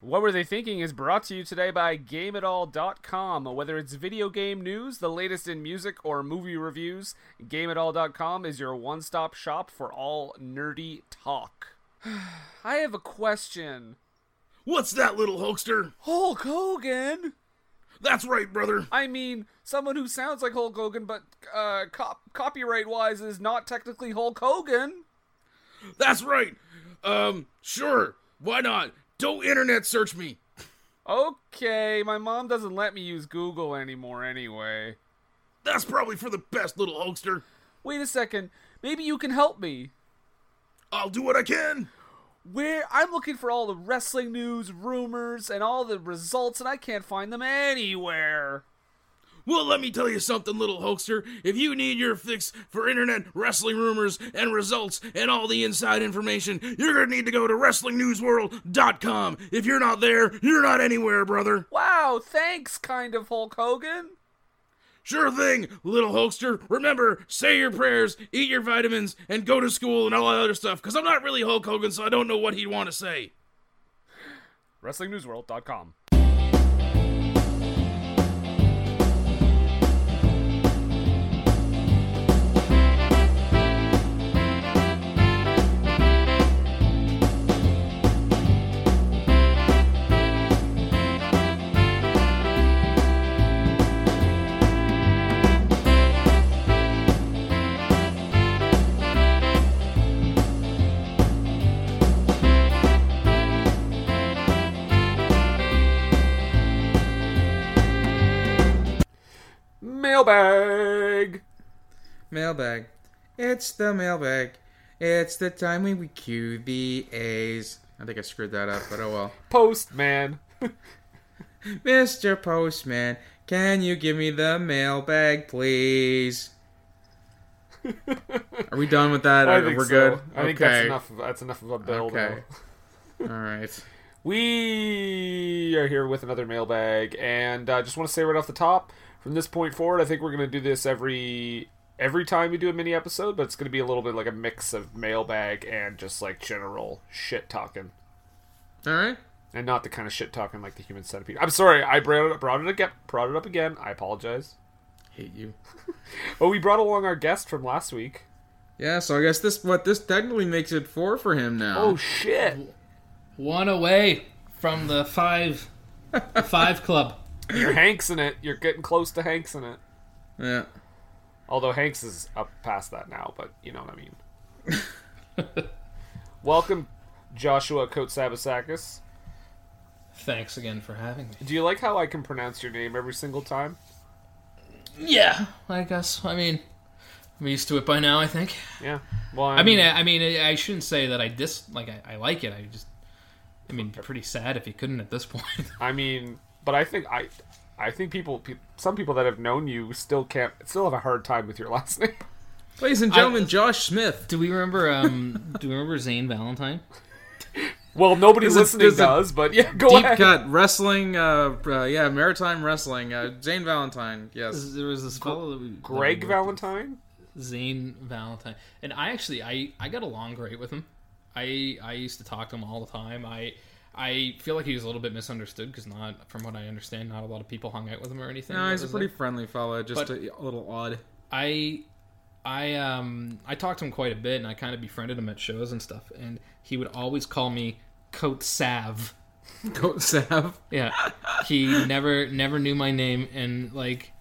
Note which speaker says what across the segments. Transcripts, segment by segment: Speaker 1: What Were They Thinking is brought to you today by GameItAll.com. Whether it's video game news, the latest in music, or movie reviews, GameItAll.com is your one stop shop for all nerdy talk. I have a question.
Speaker 2: What's that, little hoaxster?
Speaker 1: Hulk Hogan?
Speaker 2: That's right, brother.
Speaker 1: I mean, someone who sounds like Hulk Hogan, but uh, cop- copyright wise is not technically Hulk Hogan.
Speaker 2: That's right. Um, sure. Why not? Don't internet search me.
Speaker 1: Okay, my mom doesn't let me use Google anymore anyway.
Speaker 2: That's probably for the best, little hoaxster.
Speaker 1: Wait a second. Maybe you can help me.
Speaker 2: I'll do what I can.
Speaker 1: Where I'm looking for all the wrestling news, rumors, and all the results, and I can't find them anywhere.
Speaker 2: Well, let me tell you something, little hoaxster. If you need your fix for internet wrestling rumors and results and all the inside information, you're going to need to go to WrestlingNewsWorld.com. If you're not there, you're not anywhere, brother.
Speaker 1: Wow, thanks, kind of Hulk Hogan.
Speaker 2: Sure thing, little hoaxster. Remember, say your prayers, eat your vitamins, and go to school and all that other stuff, because I'm not really Hulk Hogan, so I don't know what he'd want to say.
Speaker 1: WrestlingNewsWorld.com. Mailbag!
Speaker 3: Mailbag. It's the mailbag. It's the time when we cue the A's. I think I screwed that up, but oh well.
Speaker 1: Postman.
Speaker 3: Mr. Postman, can you give me the mailbag, please? Are we done with that?
Speaker 1: I
Speaker 3: Are-
Speaker 1: think
Speaker 3: We're
Speaker 1: so.
Speaker 3: good.
Speaker 1: I think that's enough. of- That's enough of a bell.
Speaker 3: Okay.
Speaker 1: though.
Speaker 3: All right.
Speaker 1: We are here with another mailbag, and I just want to say right off the top, from this point forward, I think we're going to do this every every time we do a mini episode, but it's going to be a little bit like a mix of mailbag and just like general shit talking,
Speaker 3: All right.
Speaker 1: and not the kind of shit talking like the human centipede. I'm sorry, I brought it up, brought it again, brought it up again. I apologize.
Speaker 3: Hate you.
Speaker 1: But we brought along our guest from last week.
Speaker 3: Yeah. So I guess this what this technically makes it four for him now.
Speaker 1: Oh shit!
Speaker 4: One away from the five, the five club.
Speaker 1: You're Hanks in it. You're getting close to Hanks in it.
Speaker 3: yeah.
Speaker 1: Although Hanks is up past that now, but you know what I mean. Welcome, Joshua Kotsabasakis.
Speaker 4: Thanks again for having me.
Speaker 1: Do you like how I can pronounce your name every single time?
Speaker 4: Yeah, I guess. I mean, I'm used to it by now. I think.
Speaker 1: Yeah. Well,
Speaker 4: I mean, I, I mean, I I shouldn't say that I dis like I, I like it. I just, I mean, it'd be pretty sad if you couldn't at this point.
Speaker 1: I mean, but I think I, I think people, pe- some people that have known you still can't, still have a hard time with your last name.
Speaker 3: Ladies and gentlemen, Josh Smith.
Speaker 4: do we remember? Um, do we remember Zane Valentine?
Speaker 1: Well, nobody
Speaker 3: There's a-
Speaker 1: listening
Speaker 3: there's a
Speaker 1: does, but yeah, go
Speaker 3: Deep
Speaker 1: ahead.
Speaker 3: cut wrestling. Uh, uh, yeah, maritime wrestling. Uh, Zane Valentine. Yes.
Speaker 4: There was this fellow that we
Speaker 1: Greg
Speaker 4: that we worked with.
Speaker 1: Valentine.
Speaker 4: Zane Valentine, and I actually I I got along great with him. I I used to talk to him all the time. I I feel like he was a little bit misunderstood because not from what I understand, not a lot of people hung out with him or anything.
Speaker 3: No, he's a
Speaker 4: It was
Speaker 3: pretty
Speaker 4: like-
Speaker 3: friendly fella, just
Speaker 4: But-
Speaker 3: a, a little odd.
Speaker 4: I I um I talked to him quite a bit, and I kind of befriended him at shows and stuff. And he would always call me Coat Sav.
Speaker 3: Goat Sav.
Speaker 4: Yeah, he never never knew my name, and like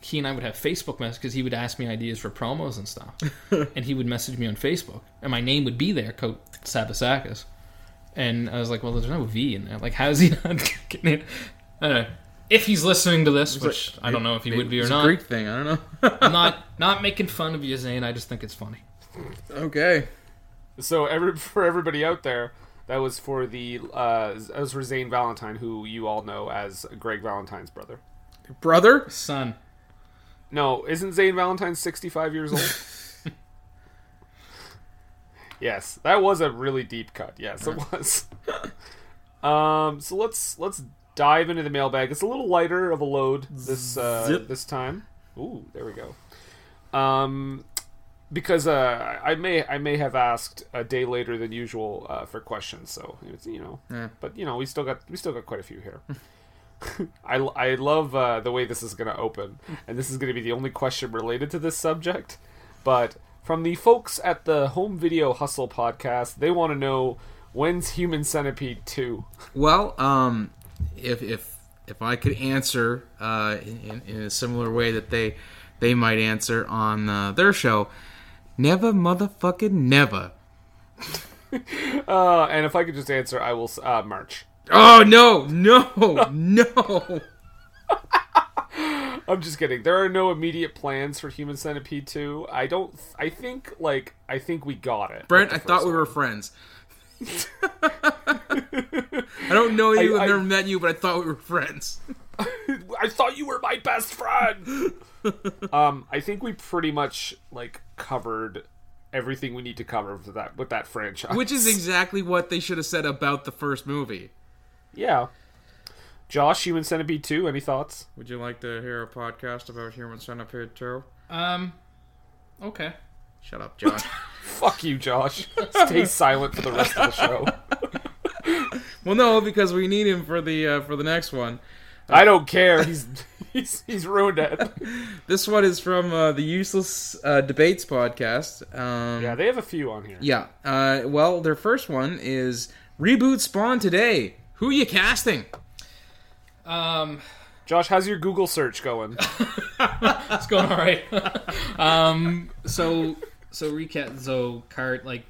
Speaker 4: he and I would have Facebook messages because he would ask me ideas for promos and stuff, and he would message me on Facebook, and my name would be there, Coat Sabasakis, and I was like, well, there's no V in there. Like, how's he not getting it? I don't know. If he's listening to this, which I don't know if he would be or
Speaker 3: It's a
Speaker 4: not,
Speaker 3: Greek thing. I don't know.
Speaker 4: I'm not not making fun of you, Zane. I just think it's funny.
Speaker 3: okay.
Speaker 1: So every for everybody out there, That was for the uh, that was for Zane Valentine, who you all know as Greg Valentine's brother.
Speaker 3: Brother?
Speaker 4: Son.
Speaker 1: No, isn't Zane Valentine 65 years old? yes, that was a really deep cut. Yes, it was. um, so let's let's dive into the mailbag. It's a little lighter of a load this uh,
Speaker 3: Zip.
Speaker 1: this time. Ooh, there we go. Um, because uh, I may I may have asked a day later than usual uh, for questions, so it's you know,
Speaker 3: Yeah.
Speaker 1: but you know we still got we still got quite a few here. I, I love uh, the way this is going to open, and this is going to be the only question related to this subject. But from the folks at the Home Video Hustle podcast, they want to know when's Human Centipede 2?
Speaker 3: Well, um, if if if I could answer uh, in, in a similar way that they they might answer on uh, their show, never motherfucking never.
Speaker 1: Uh, and if I could just answer, I will. s- Uh, March.
Speaker 3: Oh no, no, no.
Speaker 1: I'm just kidding. There are no immediate plans for Human Centipede 2. I don't. I think, like, I think we got it.
Speaker 3: Brent,
Speaker 1: with
Speaker 3: I
Speaker 1: the
Speaker 3: thought
Speaker 1: first
Speaker 3: we were
Speaker 1: one.
Speaker 3: friends. I don't know you.
Speaker 1: I-
Speaker 3: I've
Speaker 1: I-
Speaker 3: never met you, but I thought we were friends.
Speaker 1: I thought you were my best friend. um, I think we pretty much like covered everything we need to cover with that with that franchise.
Speaker 3: Which is exactly what they should have said about the first movie.
Speaker 1: yeah. Josh, Human Centipede two. Any thoughts?
Speaker 3: Would you like to hear a podcast about Human Centipede 2?
Speaker 4: Um. Okay.
Speaker 3: Shut up, Josh.
Speaker 1: Fuck you, Josh. Stay silent for the rest of the show.
Speaker 3: well, no, because we need him for the uh, for the next one.
Speaker 1: I don't care. He's he's he's ruined it.
Speaker 3: This one is from uh, the Useless uh, Debates podcast. Um,
Speaker 1: Yeah, they have a few on here.
Speaker 3: yeah. Uh, well, their first one is reboot Spawn today. Who you casting?
Speaker 4: Um.
Speaker 1: Josh, how's your Google search going?
Speaker 4: It's going all right. um. So so recap. So cart like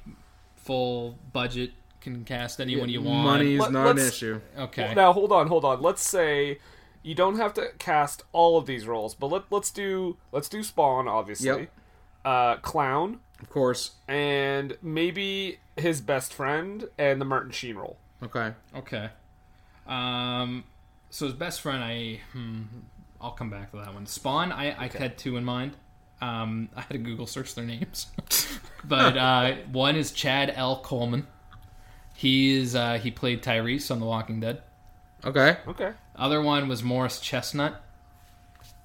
Speaker 4: full budget can cast anyone you want.
Speaker 3: Money is
Speaker 1: Let-
Speaker 3: not an
Speaker 1: let's-
Speaker 3: issue.
Speaker 4: Okay.
Speaker 1: Now hold on, hold on. Let's say you don't have to cast all of these roles, but let let's do let's do Spawn, obviously.
Speaker 3: Yep.
Speaker 1: Uh, clown
Speaker 3: Of course.
Speaker 1: and maybe his best friend and the Martin Sheen role.
Speaker 3: Okay.
Speaker 4: Okay. Um. So his best friend, I. Hmm, I'll come back to that one. Spawn, I, I had two in mind. Um, I had to Google search their names, but uh, one is Chad L. Coleman. He is uh, he played Tyrese on The Walking Dead.
Speaker 3: Okay.
Speaker 1: Okay.
Speaker 4: Other one was Morris Chestnut.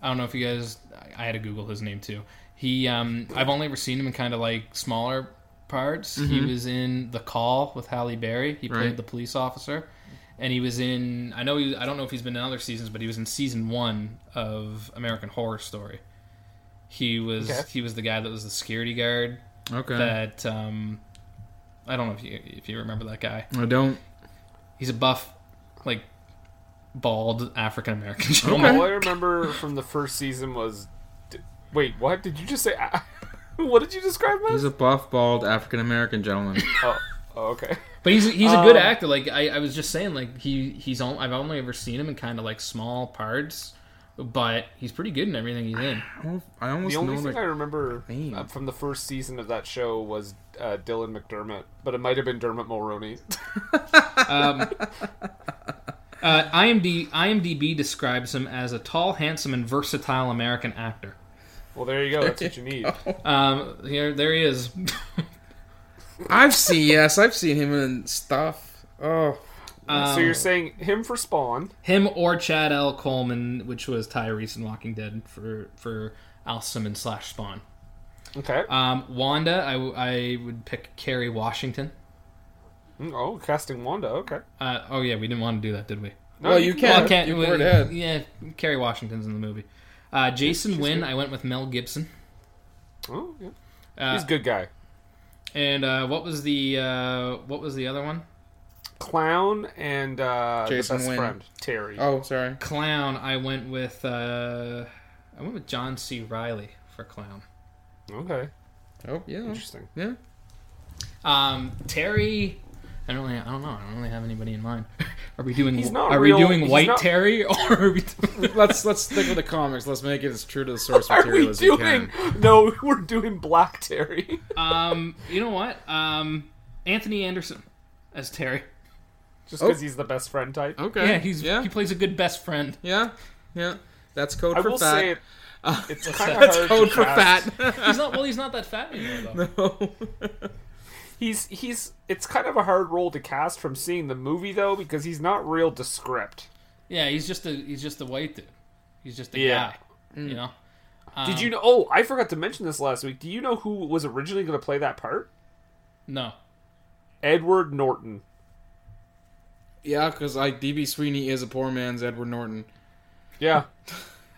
Speaker 4: I don't know if you guys. I I had to Google his name too. He, um, I've only ever seen him in kind of like smaller parts. He was in The Call with Halle Berry. He played
Speaker 3: Mm-hmm. Right.
Speaker 4: the police officer, and he was in. I know. He, I don't know if he's been in other seasons, but he was in season one of American Horror Story. He was
Speaker 1: Okay.
Speaker 4: he was the guy that was the security guard
Speaker 3: Okay.
Speaker 4: that um, I don't know if you if you remember that guy.
Speaker 3: I don't.
Speaker 4: He's a buff, like bald African American gentleman.
Speaker 1: All I remember from the first season was, d- wait, what did you just say? what did you describe him as?
Speaker 3: He's a buff, bald African American gentleman.
Speaker 1: Oh, oh, okay.
Speaker 4: But he's he's a good
Speaker 1: Um,
Speaker 4: actor. Like I, I was just saying, like he he's on, I've only ever seen him in kind of like small parts, but he's pretty good in everything he's in.
Speaker 3: I almost, I almost
Speaker 1: The only
Speaker 3: know
Speaker 1: thing I
Speaker 3: that.
Speaker 1: remember
Speaker 3: name.
Speaker 1: uh, from the first season of that show was uh, Dylan McDermott, but it might have been Dermot Mulroney.
Speaker 4: Um, uh, IMD, IMDb describes him as a tall, handsome, and versatile American actor.
Speaker 1: well, there you go. That's what you need.
Speaker 4: Um, here there he is.
Speaker 3: I've seen yes, I've seen him in stuff. Oh,
Speaker 4: Um,
Speaker 1: So you're saying him for Spawn?
Speaker 4: him or Chad L. Coleman, which was Tyrese in Walking Dead for for Al Simmons slash Spawn.
Speaker 1: Okay.
Speaker 4: Um, Wanda, I, w- I would pick Carrie Washington.
Speaker 1: Mm, Oh, casting Wanda. Okay.
Speaker 4: Uh, oh yeah, we didn't want to do that, did we?
Speaker 1: No,
Speaker 3: Well, you
Speaker 1: can-
Speaker 3: can't-
Speaker 4: Well, I can't.
Speaker 3: you
Speaker 4: well,
Speaker 3: poured ahead.
Speaker 4: Yeah, Kerry Washington's in the movie. Uh, Jason Wynn, I went with Mel Gibson.
Speaker 1: Oh, yeah.
Speaker 4: Uh,
Speaker 1: He's a good guy.
Speaker 4: And uh, what was the uh, what was the other one?
Speaker 1: Clown and uh,
Speaker 3: Jason
Speaker 1: the best
Speaker 3: Wynn.
Speaker 1: friend Terry.
Speaker 3: oh, sorry.
Speaker 4: Clown. I went with uh, I went with John C. Riley for clown.
Speaker 1: Okay.
Speaker 3: Oh, yeah.
Speaker 1: Interesting.
Speaker 3: Yeah.
Speaker 4: Um, Terry. I don't really. I don't know. I don't really have anybody in mind. Are we doing?
Speaker 1: He's not
Speaker 4: are
Speaker 1: real-
Speaker 4: we doing
Speaker 1: he's
Speaker 4: White
Speaker 1: not-
Speaker 4: Terry or are we?
Speaker 3: Let's let's stick with the comics. Let's make it as true to the source
Speaker 1: Are
Speaker 3: material
Speaker 1: we
Speaker 3: as we
Speaker 1: doing?
Speaker 3: can.
Speaker 1: No, we're doing Black Terry.
Speaker 4: um, you know what? Um, Anthony Anderson. as Terry.
Speaker 1: just
Speaker 3: Oh.
Speaker 1: because he's the best friend type.
Speaker 3: Okay.
Speaker 4: Yeah, he's
Speaker 3: yeah,
Speaker 4: he plays a good best friend.
Speaker 3: yeah, yeah. That's code
Speaker 1: I
Speaker 3: for
Speaker 1: will
Speaker 3: fat. Uh,
Speaker 1: say it, it's kind of
Speaker 4: that's
Speaker 1: hard
Speaker 3: code
Speaker 1: to
Speaker 3: for
Speaker 1: grasp.
Speaker 3: fat.
Speaker 4: He's not well. He's not that fat anymore though.
Speaker 1: He's he's it's kind of a hard role to cast from seeing the movie though because he's not real descript.
Speaker 4: Yeah, he's just a he's just a white dude. He's just a
Speaker 1: Yeah.
Speaker 4: guy. You know. Um,
Speaker 1: Did
Speaker 3: Um.
Speaker 1: you know? Oh, I forgot to mention this last week. Do you know who was originally going to play that part?
Speaker 4: No.
Speaker 1: Edward Norton.
Speaker 3: yeah, because like DB Sweeney is a poor man's Edward Norton.
Speaker 1: Yeah,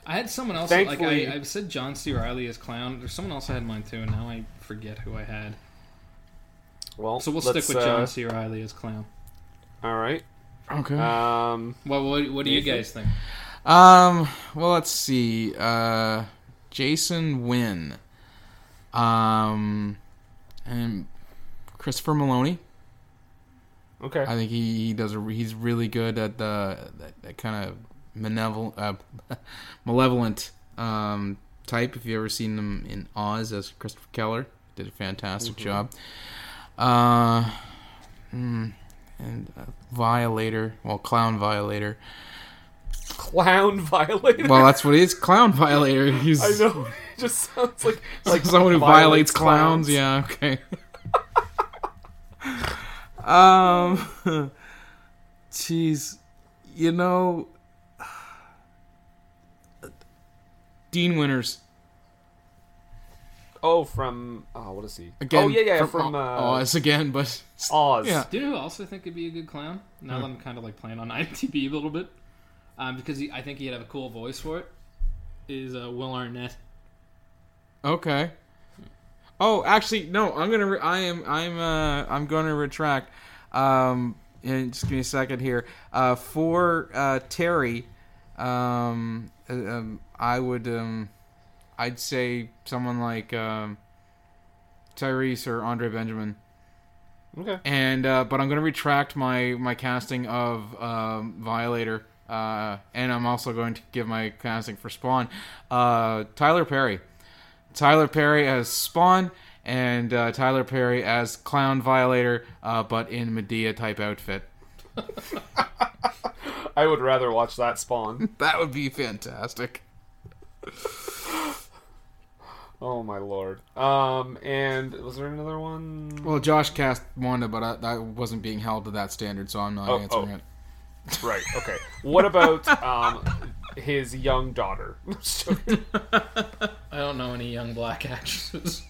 Speaker 4: I had someone else
Speaker 1: Thankfully-
Speaker 4: like I, I said John C. Riley as clown. There's someone else I had in mind too, and now I forget who I had.
Speaker 1: Well,
Speaker 4: So we'll
Speaker 1: let's,
Speaker 4: stick with
Speaker 1: uh,
Speaker 4: John C. Riley as clown.
Speaker 1: All right.
Speaker 3: Okay.
Speaker 1: Um,
Speaker 4: What what, what do you
Speaker 1: Nathan?
Speaker 4: guys think?
Speaker 3: Um. Well, let's see. Uh, Jason Wynn. Um, and Christopher Maloney.
Speaker 1: okay.
Speaker 3: I think he, he does. A, he's really good at the that, that kind of malevolent, uh, malevolent um, type. If you ever seen him in Oz as Christopher Keller, did a fantastic job. Uh, mm, and uh, Violator, well, Clown Violator.
Speaker 1: Clown violator.
Speaker 3: Well, that's what he is. Clown Violator. He's
Speaker 1: I know. It just sounds like
Speaker 3: like someone who violates, clowns. Yeah, okay. um, jeez, you know, Dean Winters
Speaker 1: Oh, from oh, what is he?
Speaker 3: again.
Speaker 1: oh yeah, yeah, from,
Speaker 3: O-
Speaker 1: uh,
Speaker 3: Oz again, but
Speaker 1: Oz.
Speaker 3: Yeah.
Speaker 4: Do you know who else I think would be a good clown? Now that I'm kind of like playing on IMDb a little bit, um, because he, I think he'd have a cool voice for it. Is uh, Will Arnett?
Speaker 3: okay. Oh, actually, no. I'm gonna. Re- I am. I'm. Uh, I'm gonna retract. Um, and just give me a second here. Uh, for uh, Terry, um, uh, um, I would. Um, I'd say someone like um, Tyrese or Andre Benjamin.
Speaker 1: Okay.
Speaker 3: And uh, but I'm gonna retract my my casting of um, Violator. Uh, and I'm also going to give my casting for Spawn, uh, Tyler Perry. Tyler Perry as Spawn and uh, Tyler Perry as Clown Violator, uh, but in Medea type outfit.
Speaker 1: I would rather watch that Spawn.
Speaker 3: That would be fantastic.
Speaker 1: oh my lord. Um, and was there another one?
Speaker 3: Well, Josh cast Wanda, but I, I wasn't being held to that standard, so I'm not
Speaker 1: Oh,
Speaker 3: answering
Speaker 1: oh.
Speaker 3: it.
Speaker 1: Right. Okay. What about um his young daughter? oh.
Speaker 4: I don't know any young black actresses.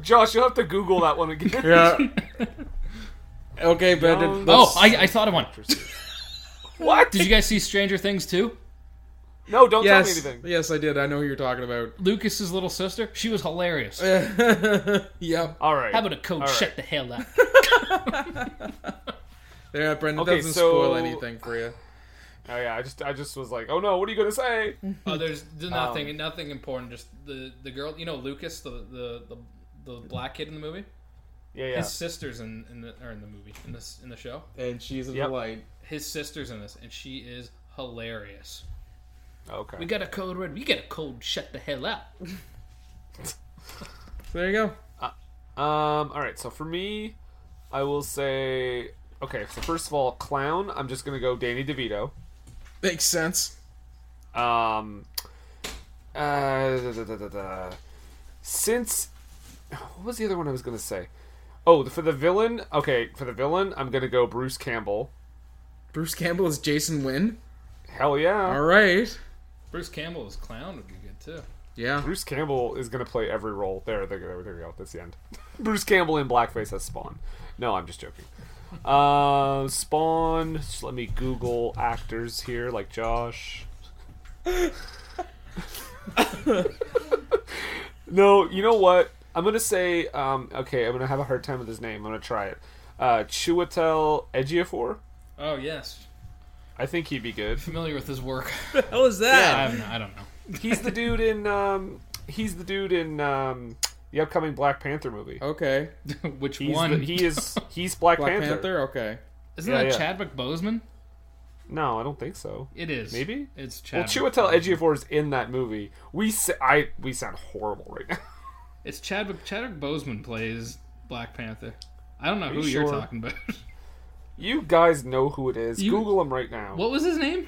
Speaker 1: Josh, you'll have to Google that one again.
Speaker 3: okay, but
Speaker 1: No.
Speaker 4: oh, I, I thought of one.
Speaker 1: What?
Speaker 4: Did you guys see Stranger Things too?
Speaker 1: No, don't
Speaker 3: yes,
Speaker 1: tell me anything.
Speaker 3: yes, I did. I know who you're talking about.
Speaker 4: Lucas's little sister. She was hilarious.
Speaker 3: Yep.
Speaker 1: All right.
Speaker 4: How about a coach?
Speaker 1: Oh, All right.
Speaker 4: Shut the hell up.
Speaker 3: Yeah, Brendan
Speaker 1: Okay,
Speaker 3: doesn't
Speaker 1: so-
Speaker 3: spoil anything for you.
Speaker 1: Oh yeah, I just I just was like, oh no, what are you gonna say?
Speaker 4: Oh, there's there's
Speaker 1: Um,
Speaker 4: nothing, nothing important. Just the the girl, you know, Lucas, the the the, the black kid in the movie.
Speaker 1: Yeah, yeah.
Speaker 4: His sister's in in the or in the movie in this in the show.
Speaker 3: And she's a
Speaker 1: Yep.
Speaker 3: delight.
Speaker 4: His sister's in this, and she is hilarious.
Speaker 1: Okay.
Speaker 4: We got a code red. We got a code. Shut the hell up.
Speaker 3: There you go.
Speaker 1: Um, all right. So for me, I will say okay. So first of all, clown. I'm just gonna go Danny DeVito.
Speaker 3: Makes sense.
Speaker 1: Um, uh, da, da, da, da, da. since what was the other one I was gonna say? Oh, for the villain. Okay, for the villain, I'm gonna go Bruce Campbell.
Speaker 3: Bruce Campbell is Jason Wynn.
Speaker 1: Hell yeah.
Speaker 3: All right.
Speaker 4: Bruce Campbell as clown would be good too.
Speaker 3: Yeah.
Speaker 1: Bruce Campbell is gonna play every role. There, there, there, there we go. That's the end. Bruce Campbell in blackface as Spawn. No, I'm just joking. Uh, Spawn. Just let me Google actors here, like Josh. no, you know what? I'm gonna say. Um, okay, I'm gonna have a hard time with his name. I'm gonna try it. Uh, Chiwetel Ejiofor.
Speaker 4: Oh yes,
Speaker 1: I think he'd be good.
Speaker 4: familiar with his work.
Speaker 3: How is
Speaker 4: I,
Speaker 3: that?
Speaker 4: have no, I don't know.
Speaker 1: He's the dude in. Um, he's the dude in um, the upcoming Black Panther movie.
Speaker 3: Okay.
Speaker 4: Which
Speaker 1: He's
Speaker 4: one?
Speaker 1: the- he is. He's Black,
Speaker 3: Black
Speaker 1: Panther.
Speaker 3: Panther. Okay.
Speaker 4: Isn't
Speaker 1: yeah,
Speaker 4: that
Speaker 1: yeah.
Speaker 4: Chadwick Boseman?
Speaker 1: No, I don't think so.
Speaker 4: It is.
Speaker 1: Maybe?
Speaker 4: it's
Speaker 1: Well,
Speaker 4: Chadwick.
Speaker 1: Chiwetel Ejiofor is in that movie. We sa- I we sound horrible right now.
Speaker 4: It's Chadwick. Chadwick Boseman plays Black Panther. I don't know
Speaker 1: you
Speaker 4: who you're
Speaker 1: sure?
Speaker 4: talking about.
Speaker 1: You guys know who it is.
Speaker 4: You-
Speaker 1: Google him right now.
Speaker 4: what was his name?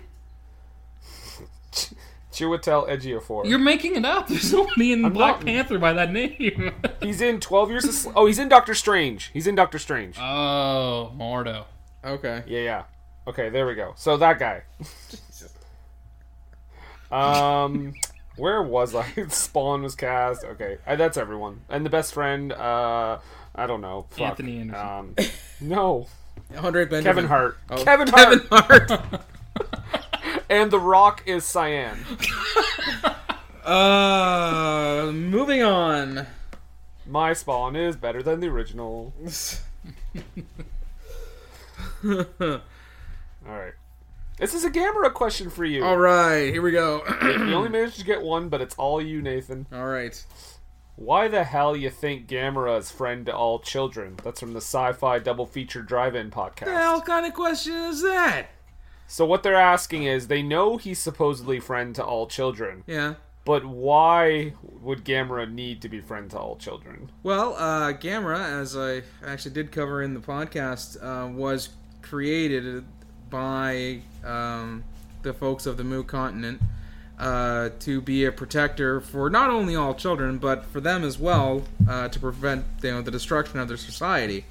Speaker 1: Chiwetel Ejiofor.
Speaker 4: You're making it up. There's nobody in Black
Speaker 1: not-
Speaker 4: Panther by that name.
Speaker 1: He's in Twelve Years. A Sl- oh, he's in Doctor Strange. He's in Doctor Strange.
Speaker 4: oh, Mordo.
Speaker 3: Okay.
Speaker 1: yeah, yeah. Okay, there we go. So that guy. um, where was I? Spawn was cast. Okay, Uh, that's everyone. And the best friend. Uh, I don't know. Fuck.
Speaker 4: Anthony Anderson.
Speaker 1: Um, no,
Speaker 3: Andre Benjamin.
Speaker 1: Kevin Hart.
Speaker 3: Oh,
Speaker 1: Kevin Hart.
Speaker 3: Kevin Hart.
Speaker 1: And The Rock is Cyan.
Speaker 3: uh, moving on.
Speaker 1: My Spawn is better than the original. All right. This is a Gamera question for you.
Speaker 3: All right, here we go.
Speaker 1: You only managed to get one, but it's all you, Nathan.
Speaker 3: All right.
Speaker 1: Why the hell you think Gamera is friend to all children? That's from the Sci-Fi Double Feature Drive-In podcast.
Speaker 3: The hell kind of question is that?
Speaker 1: So what they're asking is, they know he's supposedly friend to all children,
Speaker 3: Yeah.
Speaker 1: but why would Gamera need to be friend to all children?
Speaker 3: Well, uh, Gamera, as I actually did cover in the podcast, uh, was created by um, the folks of the Moo Continent uh, to be a protector for not only all children, but for them as well, uh, to prevent you know, the destruction of their society.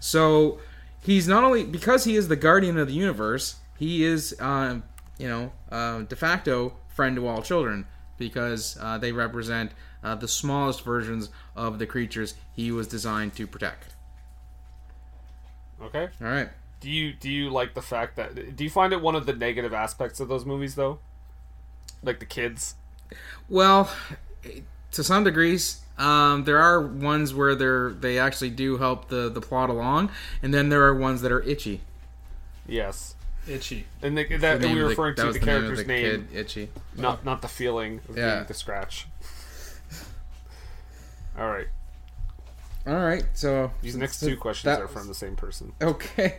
Speaker 3: So he's not only because he is the guardian of the universe, he is uh, you know uh, de facto friend to all children because uh, they represent uh, the smallest versions of the creatures he was designed to protect.
Speaker 1: Okay.
Speaker 3: All right.
Speaker 1: Do you do you like the fact that do you find it one of the negative aspects of those movies though? Like the kids.
Speaker 3: Well, to some degrees, um, there are ones where they're they actually do help the the plot along, and then there are ones that are itchy.
Speaker 1: Yes.
Speaker 4: Itchy.
Speaker 1: And the,
Speaker 3: The
Speaker 1: that
Speaker 3: name
Speaker 1: we
Speaker 3: of
Speaker 1: were referring
Speaker 3: that
Speaker 1: to
Speaker 3: was
Speaker 1: the
Speaker 3: name of
Speaker 1: character's
Speaker 3: the
Speaker 1: name,
Speaker 3: kid, itchy.
Speaker 1: not not the feeling of
Speaker 3: Yeah.
Speaker 1: being the scratch. All right.
Speaker 3: All right. So
Speaker 1: These
Speaker 3: since
Speaker 1: next
Speaker 3: th-
Speaker 1: two questions
Speaker 3: that
Speaker 1: are from the same person.
Speaker 3: was- Okay.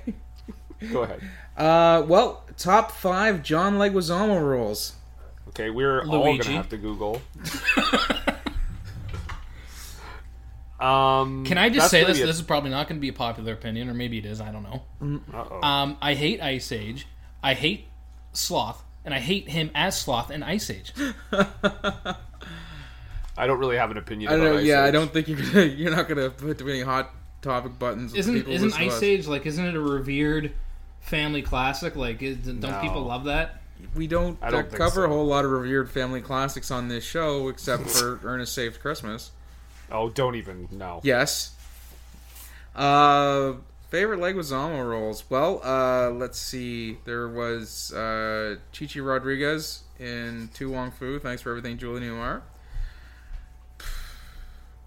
Speaker 1: Go ahead.
Speaker 3: Uh, well, top five John Leguizamo roles.
Speaker 1: Okay, we're all
Speaker 4: Luigi.
Speaker 1: gonna have to Google. Um,
Speaker 4: Can I just say this? This is probably not going to be a popular opinion, or maybe it is. I don't know.
Speaker 1: oh
Speaker 4: Um, I hate Ice Age. I hate Sloth, and I hate him as Sloth in Ice Age.
Speaker 1: I don't really have an opinion.
Speaker 3: I don't know.
Speaker 1: about Ice
Speaker 3: Yeah, I
Speaker 1: Age.
Speaker 3: don't think you're gonna, you're not gonna put too many hot topic buttons. with
Speaker 4: Isn't
Speaker 3: people
Speaker 4: isn't
Speaker 3: listening to
Speaker 4: Ice
Speaker 3: us.
Speaker 4: Age like? Isn't it a revered family classic? Like, is, don't
Speaker 1: No.
Speaker 4: people love that?
Speaker 3: We don't,
Speaker 1: I don't
Speaker 3: uh,
Speaker 1: think
Speaker 3: cover
Speaker 1: so.
Speaker 3: a whole lot of revered family classics on this show, except for Ernest Saved Christmas.
Speaker 1: Oh, don't even. No.
Speaker 3: Yes. Uh, favorite Leguizamo roles. Well, uh, let's see. There was uh, Chichi Rodriguez in Tu Wong Fu. Thanks for everything, Julie Newmar.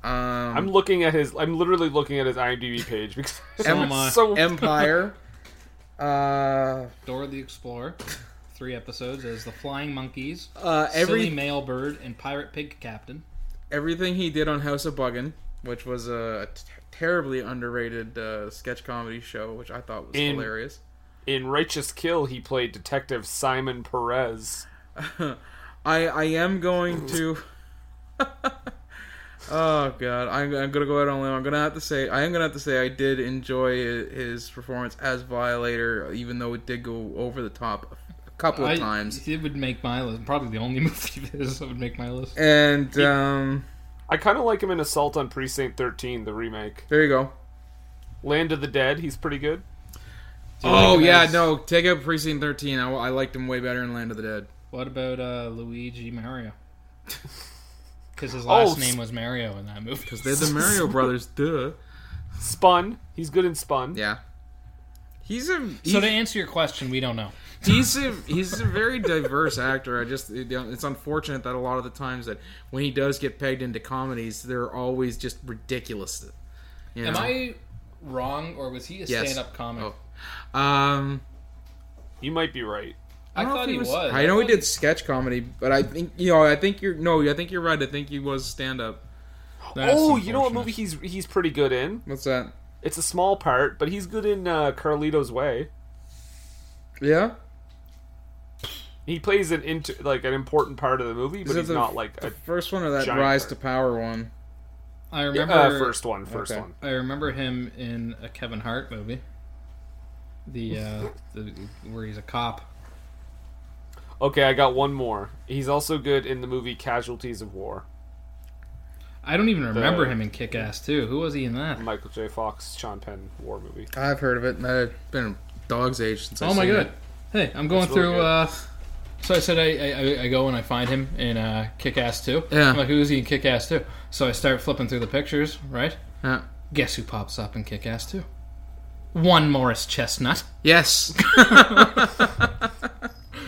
Speaker 3: Um,
Speaker 1: I'm looking at his. I'm literally looking at his IMDb page because
Speaker 3: Em-
Speaker 4: am I.
Speaker 1: it's so
Speaker 3: Empire. uh,
Speaker 4: Dora the Explorer, three episodes as the Flying Monkeys,
Speaker 3: uh, every
Speaker 4: Silly Male Bird, and Pirate Pig Captain.
Speaker 3: everything he did on House of Buggin, which was a t- terribly underrated uh, sketch comedy show, which I thought was
Speaker 1: In-
Speaker 3: hilarious.
Speaker 1: In Righteous Kill, he played Detective Simon Perez.
Speaker 3: I I am going to. oh God, I'm, I'm gonna go out on a limb. I'm gonna have to say I am gonna have to say I did enjoy i- his performance as Violator, even though it did go over the top a couple of
Speaker 4: I-
Speaker 3: times.
Speaker 4: It would make my list. Probably the only movie of his that would make my list.
Speaker 3: And um,
Speaker 1: I kind of like him in Assault on Precinct 13, the remake.
Speaker 3: there you go.
Speaker 1: Land of the Dead, he's pretty good.
Speaker 4: Do you like
Speaker 3: Oh
Speaker 4: him
Speaker 3: yeah,
Speaker 4: as-
Speaker 3: no, take out Precinct 13. I, I liked him way better in Land of the Dead.
Speaker 4: What about uh, Luigi Mario? Because his
Speaker 1: Oh,
Speaker 4: last
Speaker 1: s-
Speaker 4: name was Mario in that movie. Because
Speaker 3: They're the Mario Brothers, duh.
Speaker 1: Spun, he's good in Spun.
Speaker 3: Yeah. He's a he's,
Speaker 4: So to answer your question, we don't know.
Speaker 3: he's a he's a very diverse actor. I just it- it's unfortunate that a lot of the times that when he does get pegged into comedies, they're always just ridiculous. You know?
Speaker 4: Am I wrong, or was he a
Speaker 3: Yes.
Speaker 4: stand-up comic?
Speaker 3: Oh. Um,
Speaker 1: You might be right.
Speaker 4: I,
Speaker 3: don't know
Speaker 4: thought
Speaker 3: if
Speaker 4: he was.
Speaker 3: I know he did sketch comedy, but I think you know. I think you're no. I think you're right. I think he was stand up.
Speaker 1: oh, you know what movie he's he's pretty good in?
Speaker 3: What's that?
Speaker 1: It's a small part, but he's good in uh, Carlito's Way.
Speaker 3: Yeah.
Speaker 1: He plays an inter- like an important part of the movie, but
Speaker 3: Is it
Speaker 1: he's
Speaker 3: the-
Speaker 1: not like
Speaker 3: the
Speaker 1: a, uh,
Speaker 3: first one or that
Speaker 1: giant
Speaker 3: rise
Speaker 1: bird.
Speaker 3: to power one?
Speaker 4: I remember
Speaker 1: Uh, first one, first
Speaker 4: Okay.
Speaker 1: one.
Speaker 4: I remember him in a Kevin Hart movie. The uh, the where he's a cop.
Speaker 1: Okay, I got one more. He's also good in the movie Casualties of War.
Speaker 4: I don't even remember
Speaker 1: The-
Speaker 4: him in Kick Ass too. Who was he in that?
Speaker 1: Michael J. Fox, Sean Penn war movie.
Speaker 3: I've heard of it. and I've been a dog's age since.
Speaker 4: Oh
Speaker 3: I've
Speaker 4: my
Speaker 3: seen
Speaker 4: god!
Speaker 3: it.
Speaker 4: Hey, I'm going
Speaker 1: That's really
Speaker 4: through.
Speaker 1: good.
Speaker 4: uh, so I said I, I I go and I find him in uh, Kick Ass Two.
Speaker 3: Yeah.
Speaker 4: I'm like, who is he in Kick Ass Two? So I start flipping through the pictures. Right?
Speaker 3: Yeah.
Speaker 4: Guess who pops up in Kick Ass Two? One Morris Chestnut.
Speaker 3: Yes.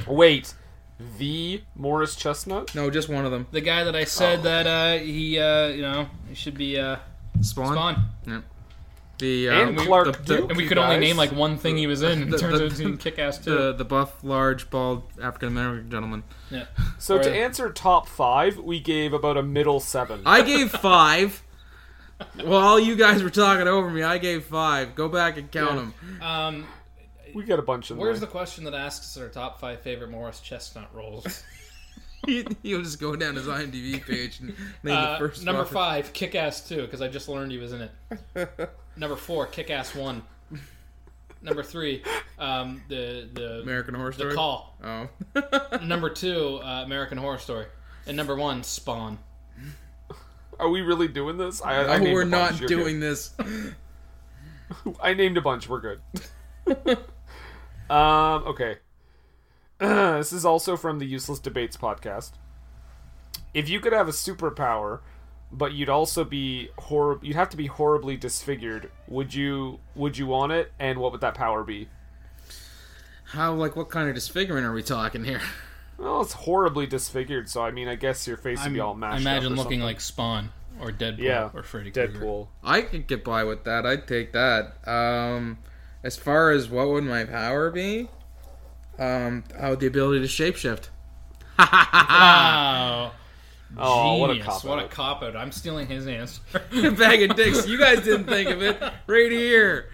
Speaker 1: Wait, the Morris Chestnut?
Speaker 3: no, just one of them.
Speaker 4: The guy that I
Speaker 3: Oh.
Speaker 4: said that uh, he uh, you know he should be uh,
Speaker 3: Spawn.
Speaker 4: Spawn.
Speaker 3: Yeah. The uh,
Speaker 1: And Clark
Speaker 3: the, the,
Speaker 1: Duke.
Speaker 4: And we
Speaker 1: You
Speaker 4: could only
Speaker 1: guys-
Speaker 4: name like one thing he was in. and
Speaker 3: The-
Speaker 4: It turns
Speaker 3: the-
Speaker 4: out he was in Kick Ass
Speaker 3: the,
Speaker 4: Two.
Speaker 3: the buff, large, bald African American gentleman.
Speaker 4: Yeah.
Speaker 1: So to
Speaker 4: Or-
Speaker 1: answer top five, we gave about a middle seven.
Speaker 3: I gave five. While you guys were talking over me, I gave five. Go back and count them.
Speaker 4: Um,
Speaker 1: We got a bunch of them.
Speaker 4: where's the question that asks our top five favorite Morris Chestnut roles?
Speaker 3: He, he'll just go down his IMDb page and name
Speaker 4: Uh,
Speaker 3: the first
Speaker 4: number
Speaker 3: fucker.
Speaker 4: five, Kick Ass Two, because I just learned he was in it. number four, Kick Ass One. Number three, um, the the
Speaker 3: American Horror
Speaker 4: the
Speaker 3: Story.
Speaker 4: call.
Speaker 3: Oh,
Speaker 4: Number two, uh, American Horror Story, and number one, Spawn.
Speaker 1: Are we really doing this? I, I
Speaker 3: oh
Speaker 1: named
Speaker 3: we're
Speaker 1: a
Speaker 3: not
Speaker 1: bunch. You're
Speaker 3: doing this.
Speaker 1: good. I named a bunch. We're good. um. Okay. this is also from the Useless Debates podcast. If you could have a superpower, but you'd also be horrib you'd have to be horribly disfigured. Would you? Would you want it? And what would that power be?
Speaker 3: How like what kind of disfigurement are we talking here?
Speaker 1: Well, it's horribly disfigured. So I mean, I guess your face would be all mashed.
Speaker 4: I
Speaker 1: up
Speaker 4: imagine
Speaker 1: or
Speaker 4: looking
Speaker 1: something.
Speaker 4: like Spawn or Deadpool
Speaker 1: Yeah,
Speaker 4: or Freddy Krueger.
Speaker 1: Deadpool.
Speaker 3: I could get by with that. I'd take that. Um, as far as what would my power be? Um, oh, the ability to shapeshift.
Speaker 4: Wow.
Speaker 1: Oh, what a
Speaker 4: Genius.
Speaker 1: cop.
Speaker 4: What a cop out. I'm stealing his answer.
Speaker 3: Bag of dicks. You guys didn't think of it. Right here.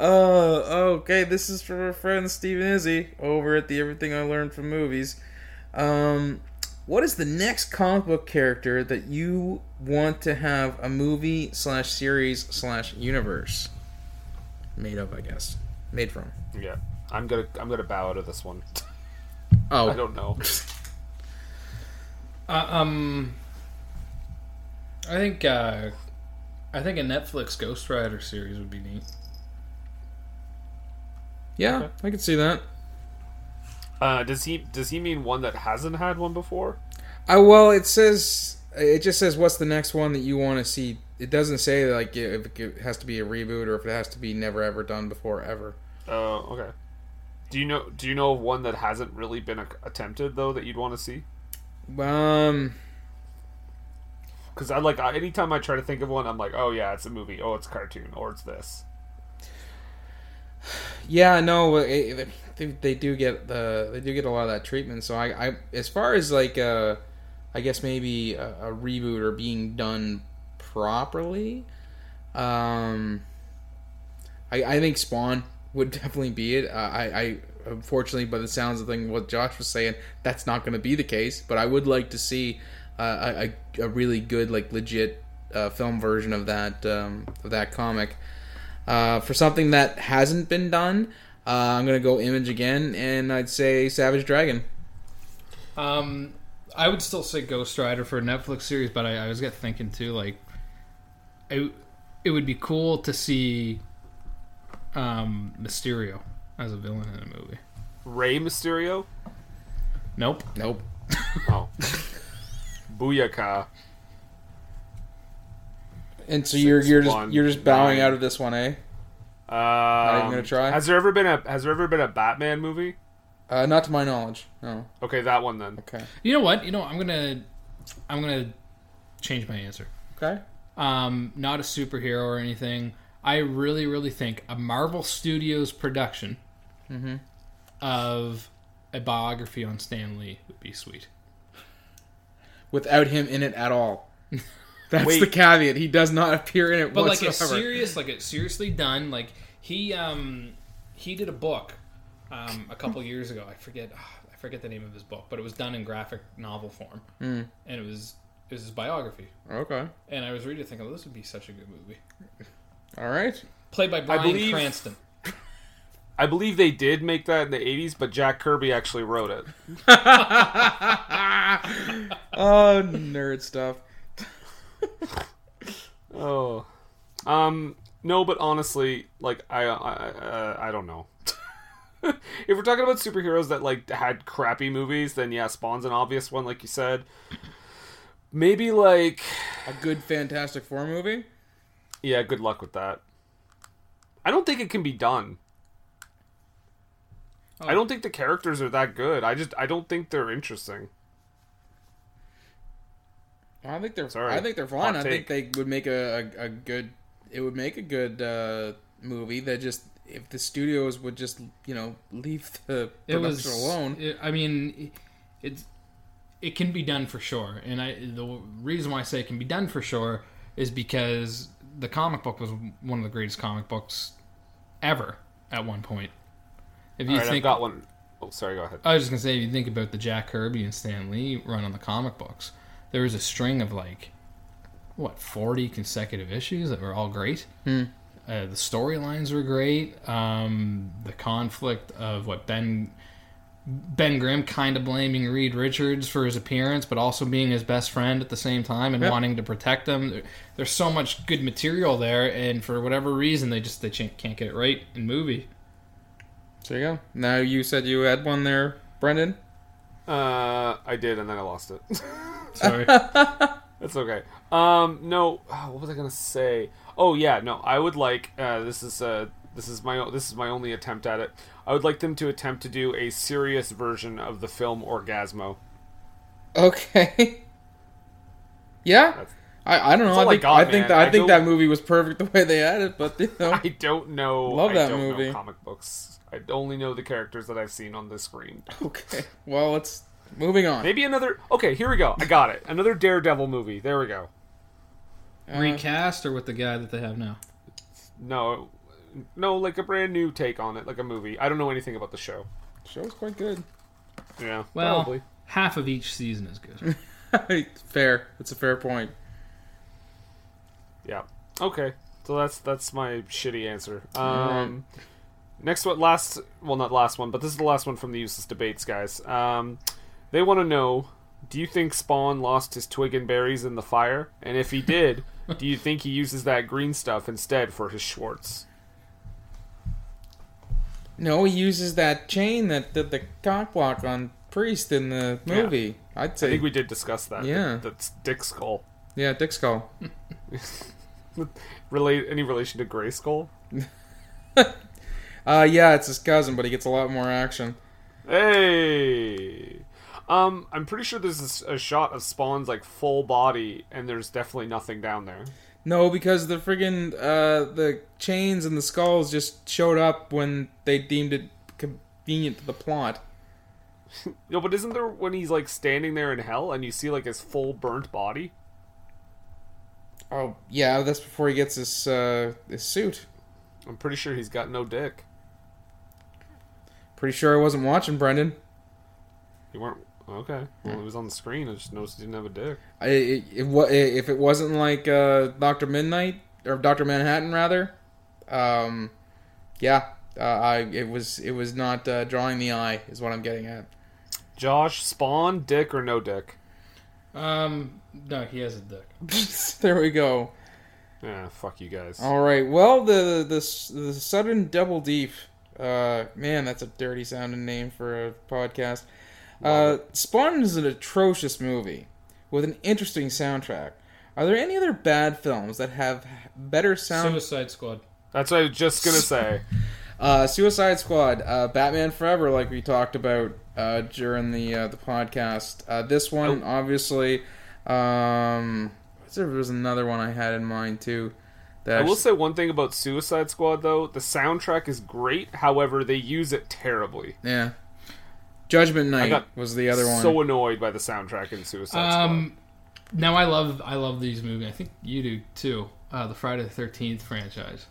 Speaker 3: Oh, okay. This is from our friend Steven Izzy over at the Everything I Learned from Movies. Um, what is the next comic book character that you want to have a movie slash series slash universe made up? I guess made from.
Speaker 1: Yeah, I'm gonna I'm gonna bow out of this one.
Speaker 3: Oh,
Speaker 1: I don't know.
Speaker 4: Uh, um, I think uh, I think a Netflix Ghost Rider series would be neat.
Speaker 3: yeah, I could see that.
Speaker 1: Uh, does he does he mean one that hasn't had one before?
Speaker 3: Uh, well, it says it just says what's the next one that you want to see. It doesn't say like if it has to be a reboot or if it has to be never ever done before ever.
Speaker 1: Oh, okay. Do you know Do you know of one that hasn't really been a- attempted though that you'd want to see?
Speaker 3: Um,
Speaker 1: Because I like I, anytime I try to think of one, I'm like, oh yeah, it's a movie. Oh, it's a cartoon. Or it's this.
Speaker 3: yeah, no, it, it- they, they do get the they do get a lot of that treatment. So I, I as far as like uh, I guess maybe a, a reboot or being done properly, um, I, I think Spawn would definitely be it. Uh, I, I unfortunately, by the sounds of thing, what Josh was saying, that's not going to be the case. But I would like to see uh, a, a a really good, like legit uh, film version of that um, of that comic. Uh, for something that hasn't been done, uh, I'm going to go Image again, and I'd say Savage Dragon.
Speaker 4: Um, I would still say Ghost Rider for a Netflix series, but I, I was get thinking too, like, it, it would be cool to see um, Mysterio as a villain in a movie.
Speaker 1: Ray Mysterio.
Speaker 4: Nope.
Speaker 3: Nope.
Speaker 1: Oh, Booyaka.
Speaker 3: And so you you're you're just
Speaker 1: one,
Speaker 3: you're just bowing
Speaker 1: nine.
Speaker 3: out of this one, eh?
Speaker 1: Um,
Speaker 3: even gonna try?
Speaker 1: Has there ever been a Has there ever been a Batman movie?
Speaker 3: Uh, not to my knowledge. No.
Speaker 1: Okay, that one then.
Speaker 3: Okay.
Speaker 4: You know what? You know I'm gonna I'm gonna change my answer.
Speaker 3: Okay.
Speaker 4: um, not a superhero or anything. I really, really think a Marvel Studios production of a biography on Stan Lee would be sweet.
Speaker 3: Without him in it at all. That's
Speaker 1: Wait.
Speaker 3: the caveat. He does not appear in it
Speaker 4: But like it's
Speaker 3: whatsoever.
Speaker 4: serious, like it's seriously done. Like he um, he did a book um, a couple years ah, ago. I forget I forget the name of his book, but it was done in graphic novel form, and it was is his biography.
Speaker 3: Okay.
Speaker 4: And I was reading it thinking, oh, this would be such a good movie.
Speaker 3: All right.
Speaker 4: Played by Brian
Speaker 1: believe-
Speaker 4: Cranston.
Speaker 1: I believe they did make that in the 80s, but Jack Kirby actually wrote it.
Speaker 3: Oh, nerd stuff.
Speaker 1: Oh. Um no, but honestly, like I I uh, I don't know. if we're talking about superheroes that like had crappy movies, then yeah, Spawn's an obvious one like you said. Maybe like
Speaker 3: A good Fantastic Four movie.
Speaker 1: yeah, good luck with that. I don't think it can be done.
Speaker 4: Oh.
Speaker 1: I don't think the characters are that good. I just I don't think they're interesting.
Speaker 3: I think they're.
Speaker 1: Sorry.
Speaker 3: I think they're fine.
Speaker 1: Hot
Speaker 3: I think they would make a, a, a good. It would make a good uh, movie that just if the studios would just you know leave the
Speaker 4: It
Speaker 3: production
Speaker 4: was
Speaker 3: alone.
Speaker 4: it- I mean, it's it can be done for sure, and I the reason why I say it can be done for sure is because the comic book was one of the greatest comic books ever at one point. If you
Speaker 1: All right, I've
Speaker 4: think
Speaker 1: got one Oh, sorry, go ahead.
Speaker 4: I was just gonna say, if you think about the Jack Kirby and Stan Lee run on the comic books, there was a string of like, what, forty consecutive issues that were all great. Uh, the storylines were great. Um, the conflict of what Ben Ben Grimm kind of blaming Reed Richards for his appearance, but also being his best friend at the same time and wanting to protect him. There- There's so much good material there, and for whatever reason, they just they ch- can't get it right in movie.
Speaker 3: So there you go. Now you said you had one there, Brendan.
Speaker 1: Uh I did and then I lost it.
Speaker 4: Sorry.
Speaker 1: That's okay. Um, no, ah, what was I gonna say? Oh yeah, no, I would like uh, this is uh, this is my o- this is my only attempt at it. I would like them to attempt to do a serious version of the film Orgasmo.
Speaker 3: Okay. yeah.
Speaker 1: That's-
Speaker 3: I, I don't know. I
Speaker 1: all I
Speaker 3: think,
Speaker 1: got,
Speaker 3: I think
Speaker 1: man.
Speaker 3: that
Speaker 1: I
Speaker 3: I, think
Speaker 1: don't-
Speaker 3: that movie was perfect the way they had it, but you know,
Speaker 1: I don't know.
Speaker 3: Love
Speaker 1: I
Speaker 3: that
Speaker 1: don't
Speaker 3: movie.
Speaker 1: Know comic books. I only know the characters that I've seen on the screen.
Speaker 3: okay. Well, it's moving on.
Speaker 1: Maybe another. Okay, here we go. I got it. Another Daredevil movie. There we go.
Speaker 3: Uh,
Speaker 4: Recast or with the guy that they have now?
Speaker 1: No, no, like a brand new take on it, like a movie. I don't know anything about the show.
Speaker 3: Show's quite good.
Speaker 1: Yeah,
Speaker 4: Well,
Speaker 1: probably.
Speaker 4: half of each season is good.
Speaker 3: fair. It's a fair point.
Speaker 1: Yeah. Okay. So that's that's my shitty answer. Um, next one, last well, not last one, but this is the last one from the useless debates, guys. Um, they want to know: Do you think Spawn lost his twig and berries in the fire? And if he did, do you think he uses that green stuff instead for his Schwartz?
Speaker 3: No, he uses that chain that did the cock block on Priest in the
Speaker 1: Yeah.
Speaker 3: movie. I'd
Speaker 1: I
Speaker 3: say,
Speaker 1: think we did discuss that.
Speaker 3: Yeah.
Speaker 1: that- that's Dick Skull.
Speaker 3: yeah, Dick Skull.
Speaker 1: Relate any relation to Gray Skull?
Speaker 3: Uh, yeah, it's his cousin, but he gets a lot more action.
Speaker 1: Hey. Um, I'm pretty sure there's a s- a shot of Spawn's like full body, and there's definitely nothing down there.
Speaker 3: No, because the friggin' uh, the chains and the skulls just showed up when they deemed it convenient to the plot.
Speaker 1: No, but isn't there when he's like standing there in hell and you see like his full burnt body?
Speaker 3: Oh, yeah, that's before he gets his uh, his suit.
Speaker 1: I'm pretty sure he's got no dick.
Speaker 3: Pretty sure I wasn't watching, Brendan.
Speaker 1: You weren't okay. Well, it was on the screen. I just noticed he didn't have a dick.
Speaker 3: I, it, it, wa- if it wasn't like uh, Doctor Midnight or Doctor Manhattan, rather, um, yeah, uh, I it was it was not uh, drawing the eye is what I'm getting at.
Speaker 1: Josh, spawn, dick or no dick?
Speaker 4: Um, no, he has a dick.
Speaker 3: there we go.
Speaker 1: Yeah, fuck you guys.
Speaker 3: All right. Well, the the the sudden double deep. Uh, man, that's a dirty sounding name for a podcast. Uh, Spawn is an atrocious movie with an interesting soundtrack. Are there any other bad films that have better sound?
Speaker 4: Suicide Squad.
Speaker 1: That's what I was just gonna say.
Speaker 3: Uh, Suicide Squad, uh, Batman Forever, like we talked about uh, during the uh, the podcast. Uh, this one,
Speaker 1: Oh.
Speaker 3: obviously, um, there was another one I had in mind too.
Speaker 1: I
Speaker 3: That
Speaker 1: will say one thing about Suicide Squad though. The soundtrack is great. However, they use it terribly.
Speaker 3: yeah, Judgment Night
Speaker 1: got
Speaker 3: was the other one.
Speaker 1: So annoyed by the soundtrack in Suicide
Speaker 4: Um, no, I love I love these movies. I think you do too. Uh, the Friday the Thirteenth franchise.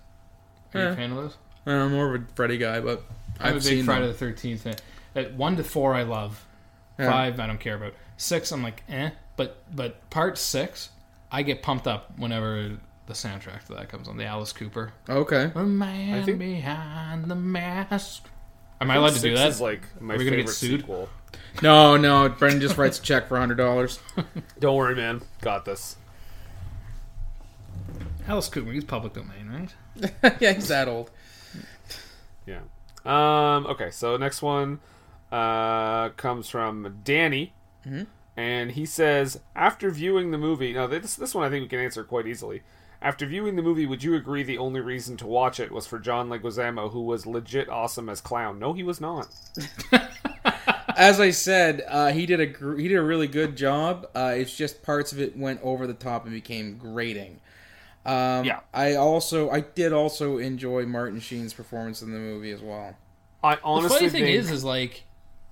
Speaker 4: Are you
Speaker 3: Yeah.
Speaker 4: a fan of those?
Speaker 3: Uh, I'm more of a Freddy guy, but
Speaker 4: I'm
Speaker 3: I've
Speaker 4: a big
Speaker 3: seen
Speaker 4: Friday
Speaker 3: them.
Speaker 4: the Thirteenth fan. At one to four, I love.
Speaker 3: Yeah.
Speaker 4: Five, I don't care about. Six, I'm like eh. But but part six, I get pumped up whenever the soundtrack to that comes on. The Alice Cooper.
Speaker 3: Okay.
Speaker 4: The man
Speaker 1: think-
Speaker 4: behind the mask. Am I, allowed to do that?
Speaker 1: Is like my
Speaker 4: Are we
Speaker 1: favorite
Speaker 4: gonna get sued?
Speaker 1: sequel.
Speaker 3: No, no. Brendan just writes a check for hundred dollars.
Speaker 1: Don't worry, man. Got this.
Speaker 4: Alice Cooper is public domain, right?
Speaker 3: yeah, he's that old.
Speaker 1: Yeah. Um, okay, so next one uh, comes from Danny.
Speaker 4: Mm-hmm.
Speaker 1: And he says, after viewing the movie, now this, this one I think we can answer quite easily. After viewing the movie, would you agree the only reason to watch it was for John Leguizamo, who was legit awesome as clown? No, he was not.
Speaker 3: As I said, uh, he did a gr- he did a really good job. Uh, it's just parts of it went over the top and became grating. Um,
Speaker 1: Yeah.
Speaker 3: I also I did also enjoy Martin Sheen's performance in the movie as well.
Speaker 1: I
Speaker 4: The
Speaker 1: honestly
Speaker 4: funny thing
Speaker 1: think
Speaker 4: is, is like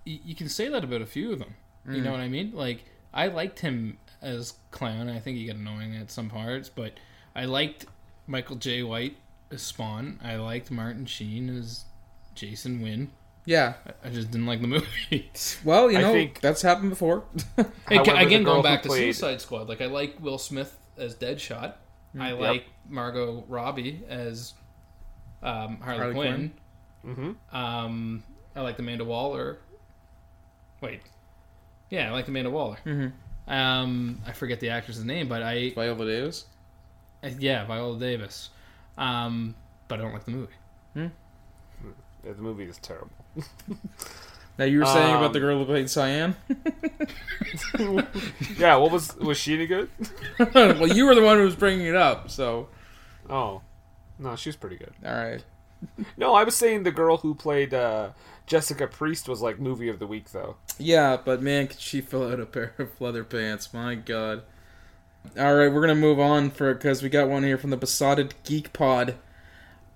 Speaker 4: y- you can say that about a few of them.
Speaker 1: Mm.
Speaker 4: You know what I mean? Like I liked him as clown. I think he got annoying at some parts, but I liked Michael J. White as Spawn. I liked Martin Sheen as Jason Wynn.
Speaker 3: Yeah.
Speaker 4: I just didn't like the movie.
Speaker 3: Well, you
Speaker 1: I
Speaker 3: know
Speaker 1: think-
Speaker 3: that's happened before.
Speaker 4: Ag-
Speaker 1: However, the
Speaker 4: again,
Speaker 1: girl
Speaker 4: going
Speaker 1: who
Speaker 4: back to
Speaker 1: played-
Speaker 4: Suicide Squad, like I like Will Smith as Deadshot. I
Speaker 1: Mm.
Speaker 4: like Margot Robbie as um, Harley,
Speaker 3: Harley
Speaker 4: Quinn.
Speaker 3: Quinn.
Speaker 1: Mm-hmm.
Speaker 4: Um, I like Amanda Waller. Wait, yeah, I like Amanda Waller. Um, I forget the actress' name, but I
Speaker 3: Viola Davis.
Speaker 4: uh, yeah Viola Davis. Um, but I don't like the movie.
Speaker 1: the movie is terrible.
Speaker 3: Now you were saying
Speaker 1: Um,
Speaker 3: about the girl who played Cyan.
Speaker 1: yeah, what was was she any good?
Speaker 3: well, you were the one who was bringing it up, so
Speaker 1: Oh, no, she was pretty good.
Speaker 3: all right.
Speaker 1: No, I was saying the girl who played uh, Jessica Priest was like movie of the week though.
Speaker 3: Yeah, but man, could she fill out a pair of leather pants? My God. All right, we're gonna move on for because we got one here from the Besotted Geek Pod.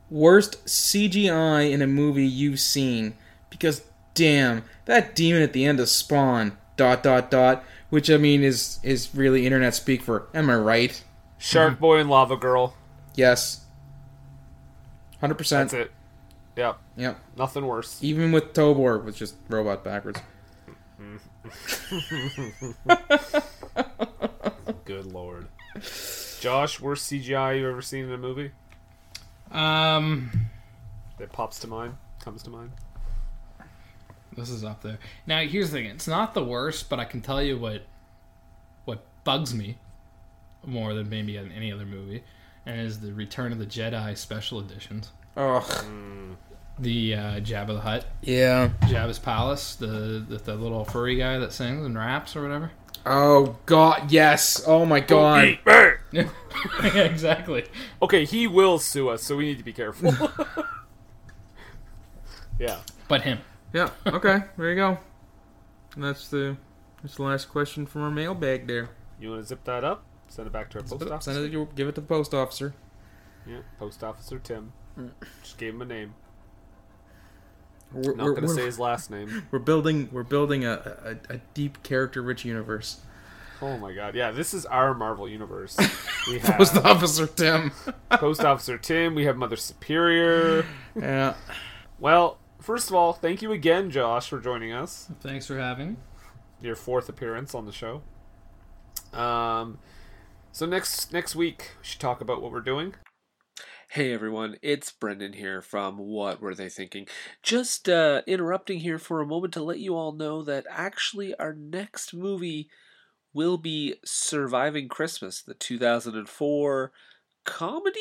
Speaker 3: Worst CGI in a movie you've seen? Because damn, that demon at the end of Spawn. Dot dot dot. Which I mean is is really internet speak for. Am I right?
Speaker 4: Mm-hmm.
Speaker 1: Shark Boy and Lava Girl.
Speaker 3: Yes. Hundred percent.
Speaker 1: That's it. Yep.
Speaker 3: Yep.
Speaker 1: Nothing worse.
Speaker 3: Even with Tobor, was just robot backwards.
Speaker 1: Good lord. Josh, worst CGI you've ever seen in a movie
Speaker 4: Um,
Speaker 1: that pops to mind, comes to mind.
Speaker 4: This is up there. Now here's the thing: it's not the worst, but I can tell you what what bugs me more than maybe in any other movie, and is the Return of the Jedi special editions.
Speaker 3: Ugh.
Speaker 4: The uh, Jabba the Hutt,
Speaker 3: Yeah.
Speaker 4: Jabba's palace, the, the the little furry guy that sings and raps or whatever.
Speaker 3: Oh God, yes. Oh my God.
Speaker 4: yeah, exactly.
Speaker 1: Okay, he will sue us, so we need to be careful. yeah.
Speaker 4: But him.
Speaker 3: Yeah. Okay. There you go. And that's the that's the last question from our mailbag. There.
Speaker 1: You want to zip that up? Send it back to our post
Speaker 3: Send it-
Speaker 1: officer.
Speaker 3: Send it. to- Give it to the post officer.
Speaker 1: Yeah, post officer Tim. Just gave him a name.
Speaker 3: We're,
Speaker 1: Not
Speaker 3: we're,
Speaker 1: gonna
Speaker 3: we're-
Speaker 1: say his last name.
Speaker 3: we're building. We're building a, a, a deep character-rich universe.
Speaker 1: Oh my god. Yeah, this is our Marvel universe. We
Speaker 3: Post
Speaker 1: have
Speaker 3: officer Tim.
Speaker 1: post officer Tim. We have Mother Superior.
Speaker 3: yeah.
Speaker 1: Well, first of all, thank you again, Josh, for joining us.
Speaker 4: Thanks for having me.
Speaker 1: your fourth appearance on the show. Um, so next next week we should talk about what we're doing. Hey everyone, it's Brendan here from What Were They Thinking? Just uh, interrupting here for a moment to let you all know that actually our next movie will be Surviving Christmas, the 2004 comedy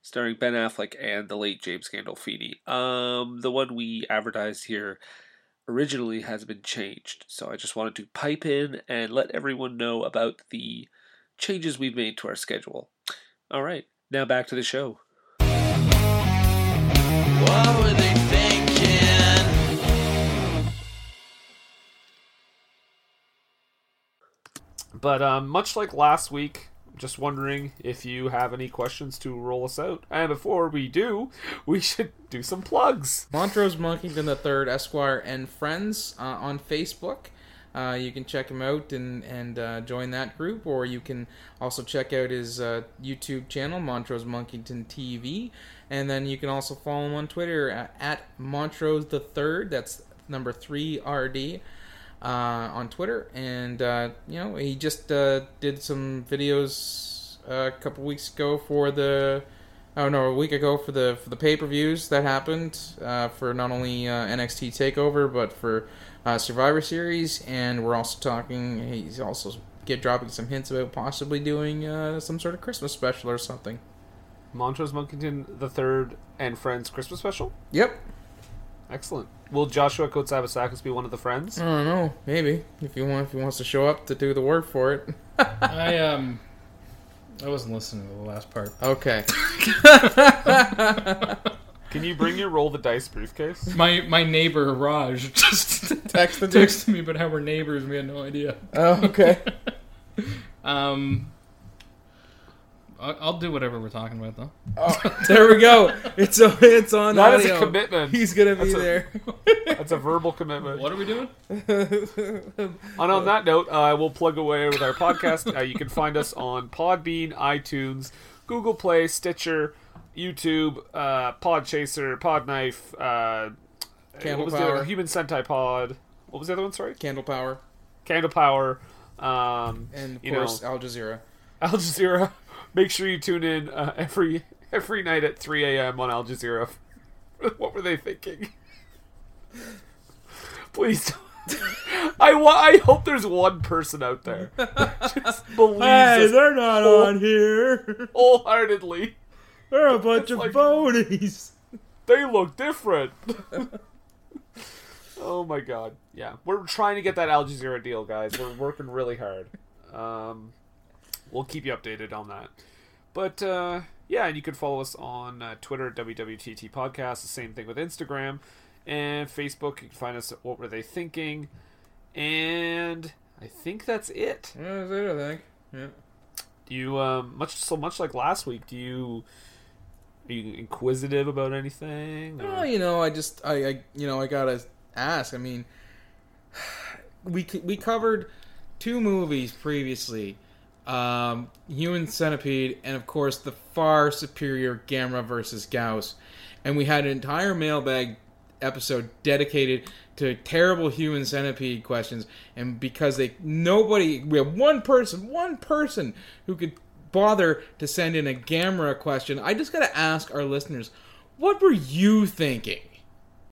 Speaker 1: starring Ben Affleck and the late James Gandolfini. Um, the one we advertised here originally has been changed. So I just wanted to pipe in and let everyone know about the changes we've made to our schedule. All right, now back to the show.
Speaker 5: What were they thinking?
Speaker 1: But um, much like last week, just wondering if you have any questions to roll us out. And before we do, we should do some plugs.
Speaker 3: Montrose Monkington III, Esquire, and Friends uh, on Facebook. Uh, you can check him out and and uh, join that group, or you can also check out his uh, YouTube channel, Montrose Monkington TV, and then you can also follow him on Twitter uh, at Montrose the Third. That's number three RD. uh, on Twitter, and uh, you know he just uh, did some videos uh, a couple weeks ago for the. Oh no! A week ago for the for the pay per views that happened uh, for not only uh, NXT Takeover but for uh, Survivor Series, and we're also talking. He's also get dropping some hints about possibly doing uh, some sort of Christmas special or something.
Speaker 1: Montrose Monkington the Third and Friends Christmas special.
Speaker 3: Yep.
Speaker 1: Excellent. Will Joshua Kotsabasakis be one of the friends?
Speaker 3: I don't know. Maybe if he wants if he wants to show up to do the work for it.
Speaker 4: I um, I wasn't listening to the last part.
Speaker 3: Okay.
Speaker 1: Can you bring your roll the dice briefcase?
Speaker 4: My my neighbor Raj just
Speaker 3: Texted you?
Speaker 4: texted me, but how we're neighbors, we had no idea.
Speaker 3: Oh, okay.
Speaker 4: Um, I- I'll do whatever we're talking about though.
Speaker 3: Oh. there we go. It's on. It's on
Speaker 1: That is
Speaker 3: audio.
Speaker 1: a commitment.
Speaker 3: He's gonna be
Speaker 1: That's a-
Speaker 3: there.
Speaker 1: That's a verbal commitment.
Speaker 4: What are we doing?
Speaker 1: And on that note, uh, we'll plug away with our podcast. Uh, you can find us on Podbean, iTunes, Google Play, Stitcher, YouTube, uh, Podchaser, Podknife, uh,
Speaker 3: Candle
Speaker 1: what was the other-
Speaker 3: Power.
Speaker 1: Human Sentai Pod. What was the other one? Sorry,
Speaker 3: Candle power,
Speaker 1: Candle Power. Um,
Speaker 3: and of
Speaker 1: you know,
Speaker 3: course Al Jazeera.
Speaker 1: Al Jazeera. Make sure you tune in uh, every every night at 3 a.m. on Al Jazeera. what were they thinking? Please. don't- I wa- I hope there's one person out there just believes us
Speaker 3: they're not
Speaker 1: on
Speaker 3: here.
Speaker 1: wholeheartedly.
Speaker 3: They're a bunch
Speaker 1: of like-
Speaker 3: phonies.
Speaker 1: They look different. oh my god. Yeah, we're trying to get that Al Jazeera deal, guys. We're working really hard. Um, we'll keep you updated on that. But uh, yeah, and you can follow us on uh, Twitter at WWTT Podcast. The same thing with Instagram and Facebook. You can find us at What Were They Thinking. And I think that's it.
Speaker 3: That's it, I think. Yeah.
Speaker 1: Do you um, much so much like last week? Do you are you inquisitive about anything? or-
Speaker 3: Well, you know, I just I, I you know I gotta ask. I mean, we c- we covered two movies previously, um, Human Centipede, and of course the far superior Gamma versus Gauss, and we had an entire mailbag episode dedicated to terrible human centipede questions and because they nobody we have one person one person who could bother to send in a gamma question i just got to ask our listeners what were you thinking